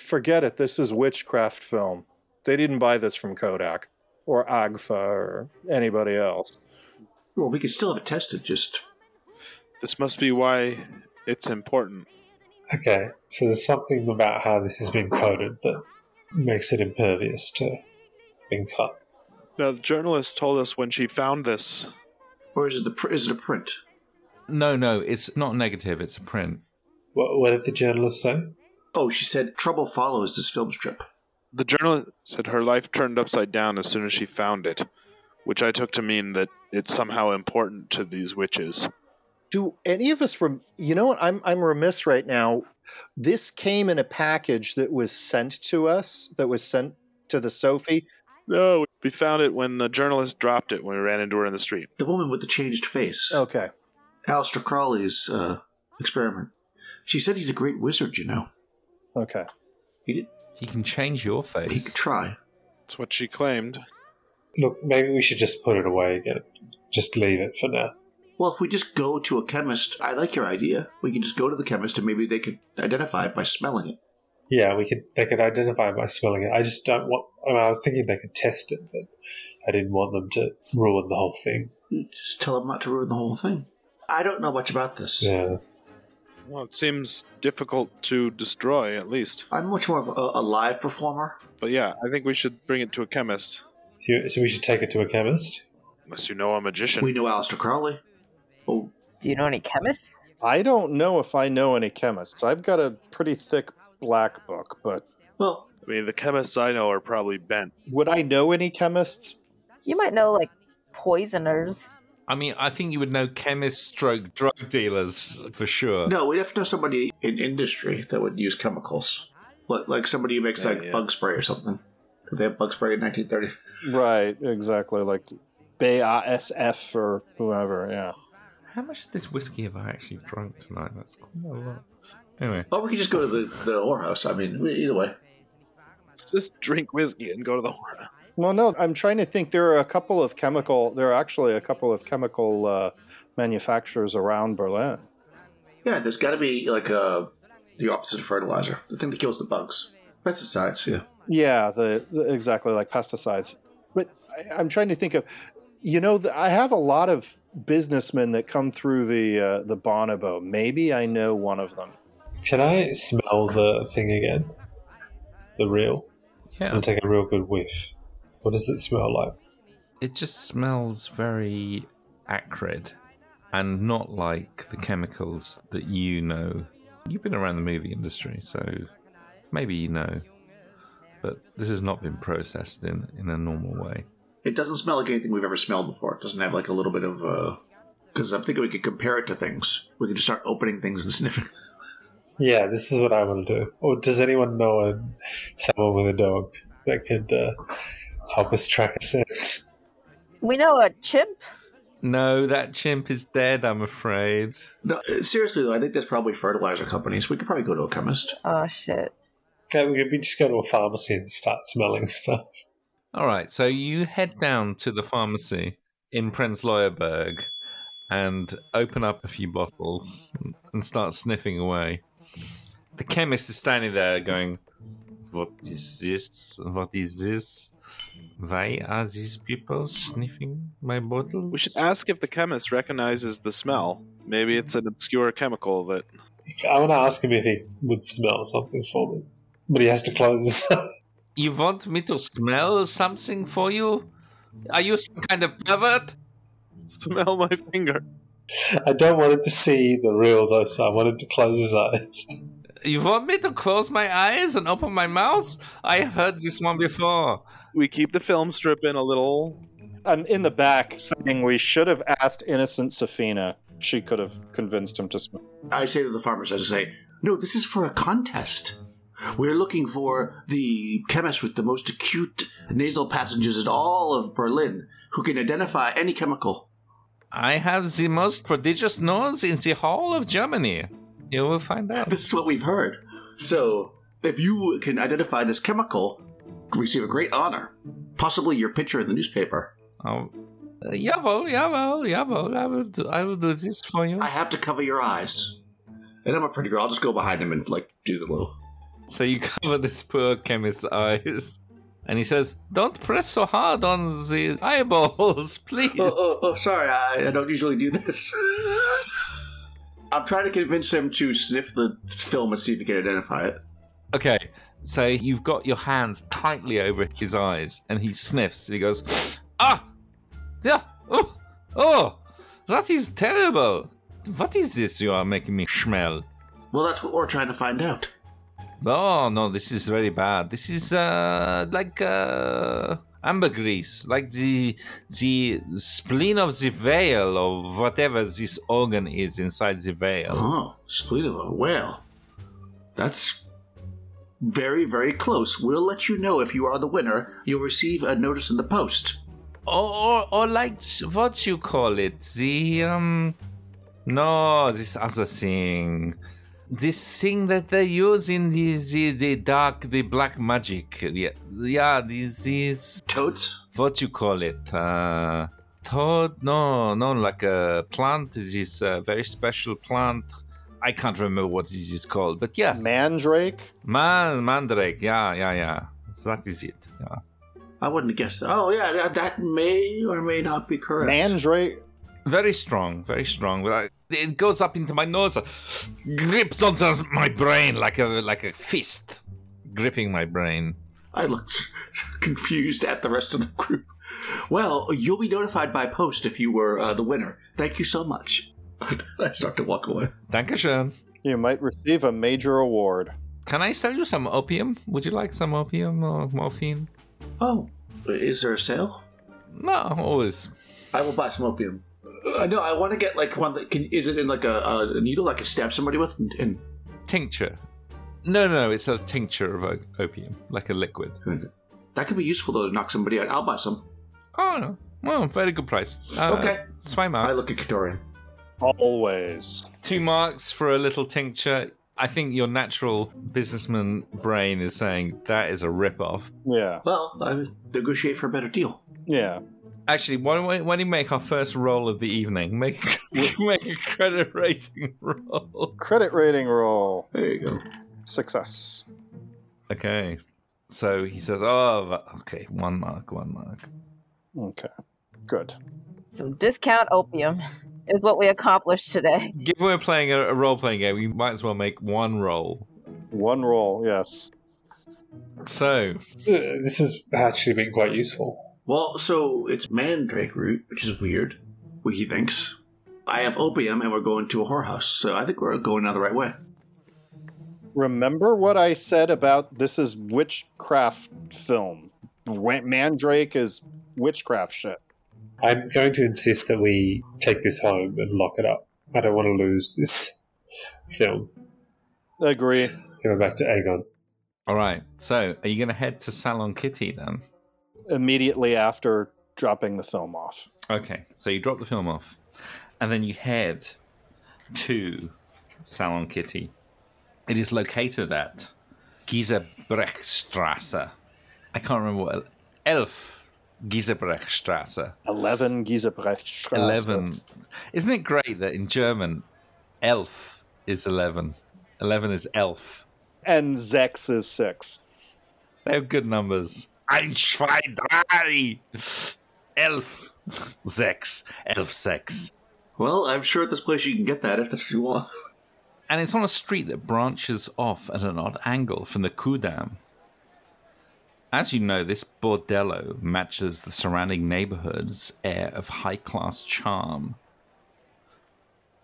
Speaker 2: Forget it. This is witchcraft film. They didn't buy this from Kodak or Agfa or anybody else.
Speaker 5: Well, we could still have it tested. Just
Speaker 3: This must be why it's important.
Speaker 9: Okay. So there's something about how this has been coded that makes it impervious to being cut.
Speaker 3: Now, the journalist told us when she found this.
Speaker 5: or is it the pr- is it a print?
Speaker 7: No, no, it's not negative, it's a print.
Speaker 9: What, what did the journalist say?
Speaker 5: Oh, she said trouble follows this film strip.
Speaker 3: The journalist said her life turned upside down as soon as she found it, which I took to mean that it's somehow important to these witches.
Speaker 2: Do any of us rem- you know what I'm I'm remiss right now. This came in a package that was sent to us, that was sent to the Sophie.
Speaker 3: No, we found it when the journalist dropped it when we ran into her in the street.
Speaker 5: The woman with the changed face.
Speaker 2: Okay.
Speaker 5: Aleister Crawley's uh, experiment. She said he's a great wizard, you know.
Speaker 2: Okay.
Speaker 5: He did.
Speaker 7: He can change your
Speaker 5: He could
Speaker 7: face.
Speaker 5: try.
Speaker 3: That's what she claimed.
Speaker 9: Look, maybe we should just put it away again. Just leave it for now.
Speaker 5: Well, if we just go to a chemist, I like your idea. We can just go to the chemist and maybe they could identify it by smelling it.
Speaker 9: Yeah, we could. They could identify by smelling it. I just don't want. I, mean, I was thinking they could test it, but I didn't want them to ruin the whole thing.
Speaker 5: Just tell them not to ruin the whole thing. I don't know much about this.
Speaker 9: Yeah.
Speaker 3: Well, it seems difficult to destroy, at least.
Speaker 5: I'm much more of a, a live performer.
Speaker 3: But yeah, I think we should bring it to a chemist.
Speaker 9: You- So we should take it to a chemist.
Speaker 3: Unless you know a magician.
Speaker 5: We know Aleister Crowley. Oh,
Speaker 4: Do you know any chemists?
Speaker 2: I don't know if I know any chemists. I've got a pretty thick black book, but
Speaker 5: well,
Speaker 3: I mean, the chemists I know are probably bent.
Speaker 2: would I know any chemists?
Speaker 4: You might know like poisoners.
Speaker 7: I mean, I think you would know chemists, stroke drug dealers for
Speaker 3: Uh.
Speaker 7: sure.
Speaker 5: No, we'd have to know somebody in industry that would use chemicals, Li- like somebody who makes
Speaker 3: Yeah,
Speaker 5: like
Speaker 3: yeah.
Speaker 5: bug spray or something. Did they have bug spray in 1930?
Speaker 2: Right, exactly. Like BASF or whoever. Yeah.
Speaker 7: How much of this whiskey have I actually drunk tonight? That's quite a lot. Anyway,
Speaker 5: Or we could just go to the the whorehouse. I mean, we- either way.
Speaker 3: Let's just drink whiskey and go to the horn.
Speaker 2: Well, no, I'm trying to think. There are a couple of chemical. There are actually a couple of chemical uh, manufacturers around Berlin.
Speaker 5: Yeah, there's got to be like a the opposite of fertilizer, the thing that kills the bugs, pesticides. Yeah,
Speaker 2: Yeah, the, the exactly like pesticides. But I, I'm trying to think of, you know, the, I have a lot of businessmen that come through the uh, the Bonobo. Maybe I know one of them.
Speaker 9: Can I smell the thing again? The real. I'm
Speaker 7: yeah,
Speaker 9: gonna take a real good whiff. What does it smell like?
Speaker 7: it just smells very acrid and not like the chemicals that you know. You've been around the movie industry, so maybe you know. But this has not been processed in, in a normal way.
Speaker 5: it doesn't smell like anything we've ever smelled before. It doesn't have like a little bit of. uh Because I'm thinking we could compare it to things. We could just start opening things and sniffing. <laughs>
Speaker 9: Yeah, this is what I want to do. Or does anyone know a, someone with a dog that could uh, help us track a scent?
Speaker 4: We know a chimp.
Speaker 7: No, that chimp is dead, I'm afraid.
Speaker 5: No, seriously though, I think there's probably fertilizer companies. We could probably go to a chemist.
Speaker 4: Oh shit.
Speaker 9: Yeah, we could be just go to a pharmacy and start smelling stuff.
Speaker 7: All right, so you
Speaker 3: Mm-hmm.
Speaker 7: head down to the pharmacy in Prenzlauerberg and open up a few bottles and start sniffing away. The chemist is standing there going, What is this? What is this? Why are these people sniffing my bottle?
Speaker 3: We should ask if the chemist recognizes the smell. Maybe it's an obscure chemical that. <laughs>
Speaker 9: I want to ask him if he would smell something for me, but he has to close his <laughs> eyes.
Speaker 7: You want me to smell something for you? Are you some kind of pervert?
Speaker 3: Smell my finger.
Speaker 9: I don't want him to see the real though, so I want him to close his eyes. <laughs>
Speaker 7: You want me to close my eyes and open my mouth? I have heard this one before.
Speaker 3: We keep the film strip in a little.
Speaker 2: I'm in the back saying we should have asked innocent Safina. She could have convinced him to smoke.
Speaker 5: I say to the farmers, I just say, "No, this is for a contest. We're looking for the chemist with the most acute nasal passages in all of Berlin, who can identify any chemical."
Speaker 7: I have the most prodigious nose in the whole of Germany. You will find
Speaker 5: <laughs>
Speaker 7: out.
Speaker 5: This is what we've heard. So, if you can identify this chemical, you receive a great honor, possibly your picture in the newspaper.
Speaker 7: Oh, uh, jawohl, jawohl, jawohl. I will do, I will do this for you.
Speaker 5: I have to cover your eyes, and I'm a pretty girl. I'll just go behind him and like do the little.
Speaker 7: So you <laughs> cover this poor chemist's eyes. And he says, Don't press so hard on the eyeballs, <laughs> please.
Speaker 5: <laughs> oh, oh, oh, sorry, I, I don't usually do this. <laughs> I'm trying to convince him to sniff the film and see if he can identify it.
Speaker 7: Okay, so you've got your hands tightly over his eyes, and he sniffs. And he goes, "Ah, yeah, oh, oh, that is terrible. What is this you are making me smell?
Speaker 5: Well, that's what we're trying to find out.
Speaker 7: Oh no, this is very bad. This is uh like uh ambergris, like the the spleen of the whale or whatever this organ is inside the whale.
Speaker 5: Oh, spleen of a whale. That's very, very close. We'll let you know if you are the winner. You'll receive a notice in the post.
Speaker 7: Or, or or like what you call it, the um no, this other thing. This thing that they use in the the, the dark the black magic. Yeah, yeah this is
Speaker 5: Totes?
Speaker 7: what you call it uh toad no no like a plant this uh, very special plant i can't remember what this is called but yes
Speaker 2: Mandrake.
Speaker 7: man mandrake yeah yeah yeah so that is it yeah.
Speaker 5: I wouldn't guess. Oh, yeah, that, that may or may not be correct.
Speaker 2: Mandrake.
Speaker 7: very strong very strong Well, I- it goes up into my nose grips onto my brain like a like a fist gripping my brain
Speaker 5: I looked <laughs> confused at the rest of the group. Well, you'll be notified by post if you were uh, the winner. Thank you so much. <laughs> I start to walk away.
Speaker 7: dankeschön
Speaker 2: You might receive a major award.
Speaker 7: can i sell you some opium would you like some opium or morphine
Speaker 5: Oh, is there a sale?
Speaker 7: no always
Speaker 5: I will buy some opium. I know. I want to get like one that can. Is it in like a, a needle I could stab somebody with? And, and
Speaker 1: Tincture. No, no, no, it's a tincture of o- opium, like a liquid.
Speaker 5: that could be useful though to knock somebody out. I'll buy some.
Speaker 1: Oh, well, very good price. Uh,
Speaker 5: okay.
Speaker 1: Zwei
Speaker 5: I
Speaker 1: Mark.
Speaker 5: look at Katorian.
Speaker 2: Always.
Speaker 1: Two marks for a little tincture. I think your natural businessman brain is saying that is a rip-off.
Speaker 2: Yeah.
Speaker 5: Well, I negotiate for a better deal.
Speaker 2: Yeah.
Speaker 1: Actually, why don't we, why don't we make our first roll of the evening? Make make a <laughs> credit rating <laughs> roll.
Speaker 2: Credit rating roll.
Speaker 5: There you go.
Speaker 2: Success.
Speaker 1: Okay. So he says, "Oh, okay, one mark, one mark."
Speaker 2: Okay. Good.
Speaker 4: Some discount opium is what we accomplished today.
Speaker 1: Given we're playing a, a role-playing game, we might as well make one roll.
Speaker 2: One roll, yes.
Speaker 1: So
Speaker 9: So this has actually been quite useful.
Speaker 5: Well, so it's mandrake root, which is weird. Well, he thinks. I have opium, and we're going to a whorehouse, so I think we're going down the right way.
Speaker 2: Remember what I said about this is witchcraft film. Wa- Mandrake is witchcraft shit.
Speaker 9: I'm going to insist that we take this home and lock it up. I don't want to lose this film.
Speaker 2: Agree.
Speaker 9: Going back to Aegon.
Speaker 1: All right. So, are you going to head to Salon Kitty then?
Speaker 2: Immediately after dropping the film off.
Speaker 1: Okay. So you drop the film off, and then you head to Salon Kitty. It is located at Giesebrechtstrasse. I can't remember what Elf Giesebrechtstrasse.
Speaker 2: Ah, 11 Giesebrecht
Speaker 1: Eleven. Isn't it great that in German, Elf is eleven. Eleven is Elf.
Speaker 2: And Zex is 6.
Speaker 1: They have good numbers. Ein, zwei, drei, elf, sechs, elf, sechs.
Speaker 5: Well, I'm sure at this place you can get that if that's what you want. <laughs>
Speaker 1: And it's on a street that branches off at an odd angle from the Kudam. As you know, this bordello matches the surrounding neighborhood's air of high class charm.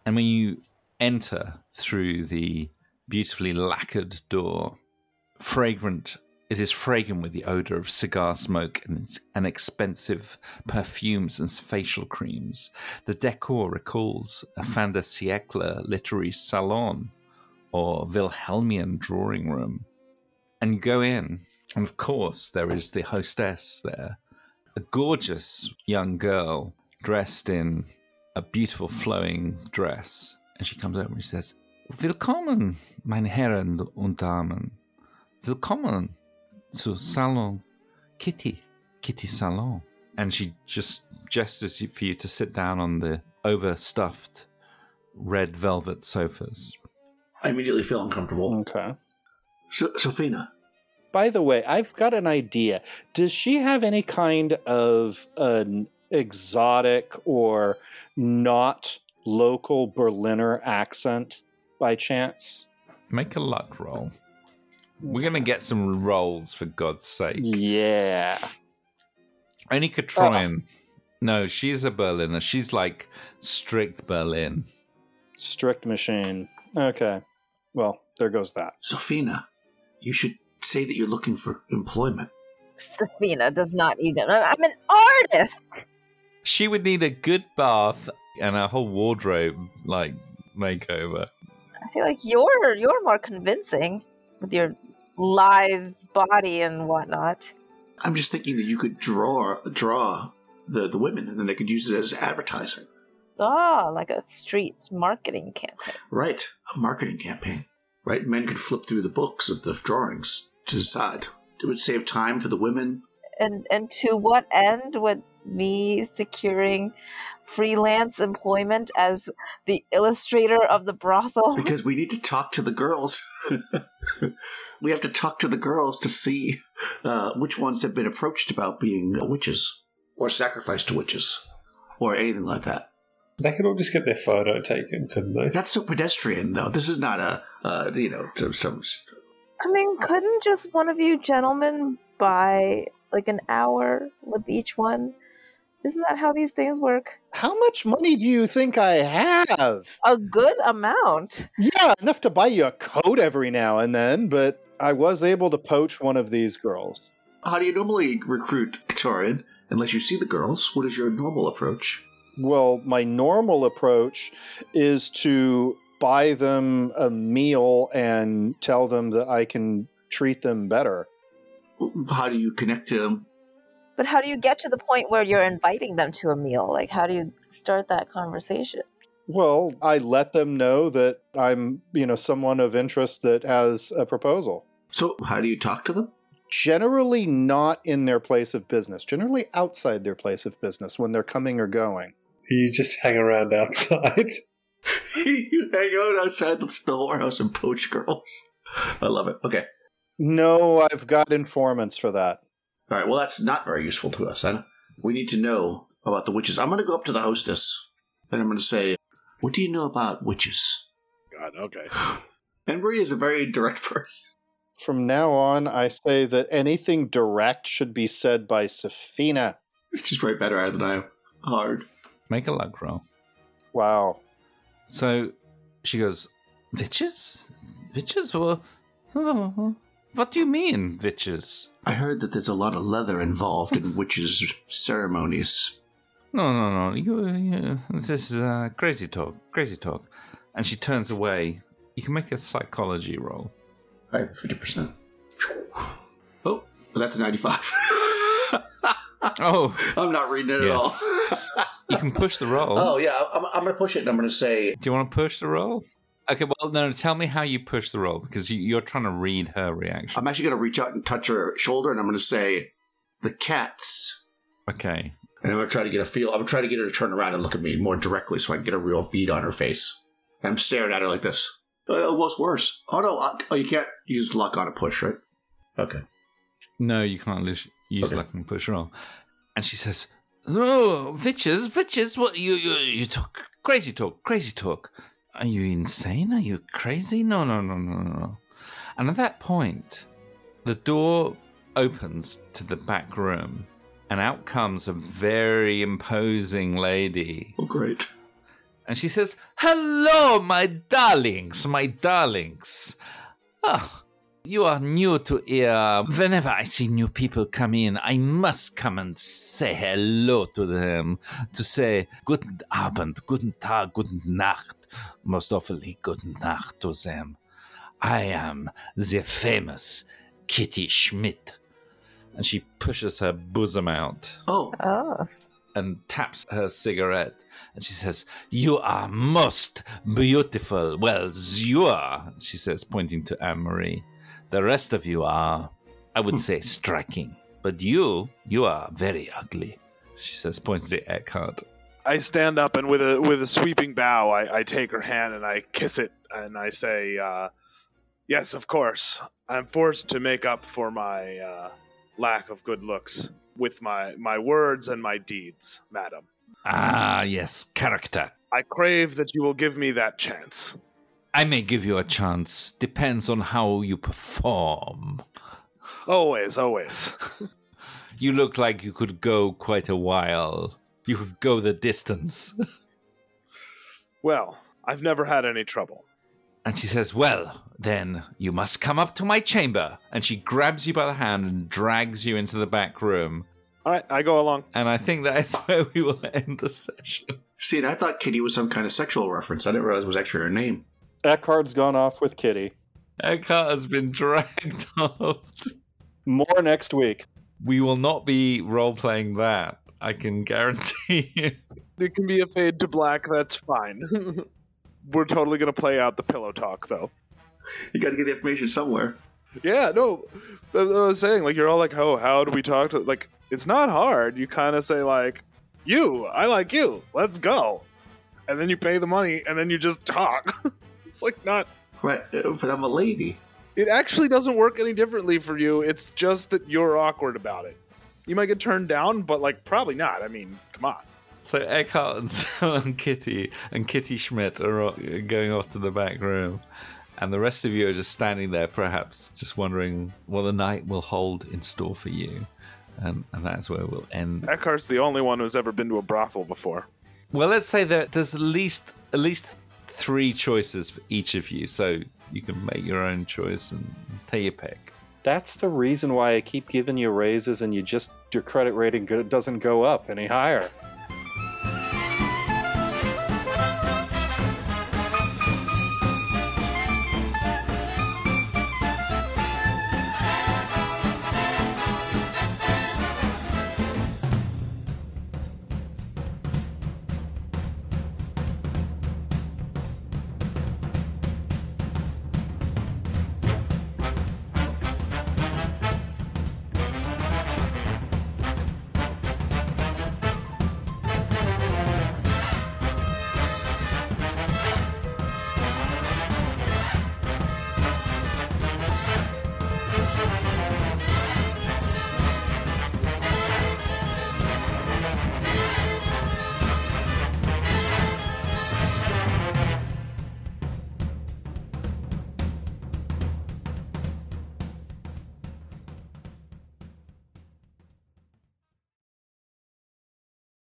Speaker 1: And when you enter through the beautifully lacquered door, fragrant, it is fragrant with the odor of cigar smoke and, and expensive perfumes and facial creams. The decor recalls a fin de siècle literary salon or Wilhelmian drawing room. And you go in, and of course, there is the hostess there, a gorgeous young girl dressed in a beautiful flowing dress. And she comes over and she says, Willkommen, meine Herren und Damen. Willkommen zu Salon Kitty, Kitty Salon. And she just gestures you- for you to sit down on the overstuffed red velvet sofas.
Speaker 5: I immediately feel uncomfortable.
Speaker 2: Okay.
Speaker 5: So, Sophina,
Speaker 2: By the way, I've got an idea. Does she have any kind of an exotic or not local Berliner accent by chance?
Speaker 1: Make a luck roll. We're going to get some rolls, for God's sake.
Speaker 2: Yeah.
Speaker 1: Only Katrine. No, she's a Berliner. She's like strict Berlin.
Speaker 2: Strict machine. Okay. Well, there goes that.
Speaker 5: Sophina, you should say that you're looking for employment.
Speaker 4: Safina does not eat them. I'm an artist.
Speaker 1: She would need a good bath and a whole wardrobe, like, makeover.
Speaker 4: I feel like you're you're more convincing with your lithe body and whatnot.
Speaker 5: I'm just thinking that you could draw draw the, the women, and then they could use it as advertising.
Speaker 4: Ah, like a street marketing campaign.
Speaker 5: Right, a marketing campaign. Right, men could flip through the books of the drawings to decide. It would save time for the women.
Speaker 4: And and to what end would me securing freelance employment as the illustrator of the brothel?
Speaker 5: because we need to talk to the girls. <laughs> we have to talk to the girls to see uh, which ones have been approached about being witches or sacrificed to witches or anything like that.
Speaker 9: They could all just get their photo taken, couldn't they?
Speaker 5: That's so pedestrian, though. This is not a uh, you know some, some
Speaker 4: I mean, couldn't just one of you gentlemen buy like an hour with each one? Isn't that how these things work?
Speaker 2: How much money do you think I have?
Speaker 4: A good amount.
Speaker 2: Yeah, enough to buy you a coat every now and then, but I was able to poach one of these girls.
Speaker 5: How do you normally recruit Katorian unless you see the girls? What is your normal approach?
Speaker 2: well, my normal approach is to buy them a meal and tell them that I can treat them better.
Speaker 5: How do you connect to them?
Speaker 4: But how do you get to the point where you're inviting them to a meal? Like, how do you start that conversation?
Speaker 2: Well, I let them know that I'm, you know, someone of interest that has a proposal.
Speaker 5: So, how do you talk to them? <laughs>
Speaker 2: Generally, not in their place of business, generally outside their place of business when they're coming or going.
Speaker 9: You just hang around outside. <laughs>
Speaker 5: you hang out outside the storehouse and poach girls. <laughs> I love it. Okay.
Speaker 2: No, I've got informants for that.
Speaker 5: All right. Well, that's not very useful to us. Then we need to know about the witches. I'm going to go up to the hostess and I'm going to say, "What do you know about witches?"
Speaker 3: God, okay.
Speaker 5: And Marie is a very direct <laughs> person.
Speaker 2: From now on, I say that anything direct should be said by Safina.
Speaker 5: She's probably better at it than I am. Hard.
Speaker 1: Make a luck roll.
Speaker 2: Wow.
Speaker 1: So she goes, Witches? Witches? Well, <laughs> what do you mean, witches?
Speaker 5: I heard that there's a lot of leather involved in witches' ceremonies.
Speaker 1: No, no, no. You, you, this is uh, crazy talk. Crazy talk. And she turns away. You can make a psychology roll.
Speaker 5: All right, fifty percent. Oh, but that's a ninety-five. <laughs>
Speaker 1: Oh,
Speaker 5: I'm not reading it
Speaker 1: Yeah.
Speaker 5: at all.
Speaker 1: you can push the roll.
Speaker 5: <laughs> oh yeah, I'm, I'm going to push it. and I'm going to say,
Speaker 1: Do you want to push the roll? Okay, well, no, tell me how you push the roll because you, you're trying to read her reaction.
Speaker 5: I'm actually going to reach out and touch her shoulder, and I'm going to say, "The cats."
Speaker 1: Okay.
Speaker 5: And I'm gonna try to get a feel. I'm gonna try to get her to turn around and look at me more directly, so I can get a real bead on her face. And I'm staring at her like this. Uh, what's worse? Oh no! I, oh, you can't use luck on a push, right? Okay.
Speaker 1: No, you can't lis- use
Speaker 5: Okay.
Speaker 1: luck and push roll. And she says, "Oh, witches, witches! What you you you talk crazy talk, crazy talk? Are you insane? Are you crazy? No, no, no, no, no." And at that point, the door opens to the back room, and out comes a very imposing lady
Speaker 5: Oh, great.
Speaker 1: and she says, Hello, my darlings, my darlings. Oh, you are new to here. Whenever I see new people come in, I must come and say hello to them, to say Guten Abend, Guten Tag, Guten Nacht, most awfully Guten Nacht to them. I am the famous Kitty Schmidt. And she pushes her bosom out
Speaker 5: Oh,
Speaker 4: Oh.
Speaker 1: and taps her cigarette and she says, You are most beautiful. Well, you are, she says, pointing to Anne Marie. The rest of you are, I would say, striking. But you, you are very ugly, she says, pointing to Eckhart.
Speaker 3: I stand up and with a with a sweeping bow, I, I take her hand and I kiss it and I say, uh, "Yes, of course. I'm forced to make up for my uh, lack of good looks with my my words and my deeds, madam.
Speaker 1: Ah, yes, character.
Speaker 3: I crave that you will give me that chance."
Speaker 1: I may give you a chance. Depends on how you perform.
Speaker 3: Always, always. <laughs>
Speaker 1: You look like you could go quite a while. You could go the distance. <laughs>
Speaker 3: Well, I've never had any trouble.
Speaker 1: And she says, Well, then you must come up to my chamber. And she grabs you by the hand and drags you into the back room.
Speaker 3: All right, I go along.
Speaker 1: And I think that is <laughs> where we will end the session.
Speaker 5: see, and I thought Kitty was some kind of sexual reference. I didn't realize it was actually her name.
Speaker 2: Eckhart's gone off with Kitty.
Speaker 1: Eckhart has been dragged <laughs> off.
Speaker 2: More next week.
Speaker 1: We will not be role playing that. I can guarantee <laughs> you.
Speaker 3: It can be a fade to black. That's fine. <laughs> We're totally gonna play out the pillow talk, though.
Speaker 5: You got to get the information somewhere.
Speaker 3: Yeah, no, that's what I was saying. Like, you're all like, "Oh, how do we talk to?" Like, it's not hard. You kind of say like, "You, I like you. Let's go," and then you pay the money, and then you just talk. <laughs> it's like not.
Speaker 5: Right, uh, but I'm a lady.
Speaker 3: It actually doesn't work any differently for you. It's just that you're awkward about it. You might get turned down, but like probably not. I mean, come on.
Speaker 1: So Eckhart and <laughs> Sal and Kitty and Kitty Schmidt are o- going off to the back room. And the rest of you are just standing there, perhaps just wondering what the night will hold in store for you. Um, and that's where we'll end
Speaker 3: Eckhart's the only one who's ever been to a brothel before.
Speaker 1: Well, let's say that there's at least at least three choices for each of you, so you can make your own choice and take your pick.
Speaker 2: That's the reason why I keep giving you raises and you just, your credit rating go- doesn't go up any higher.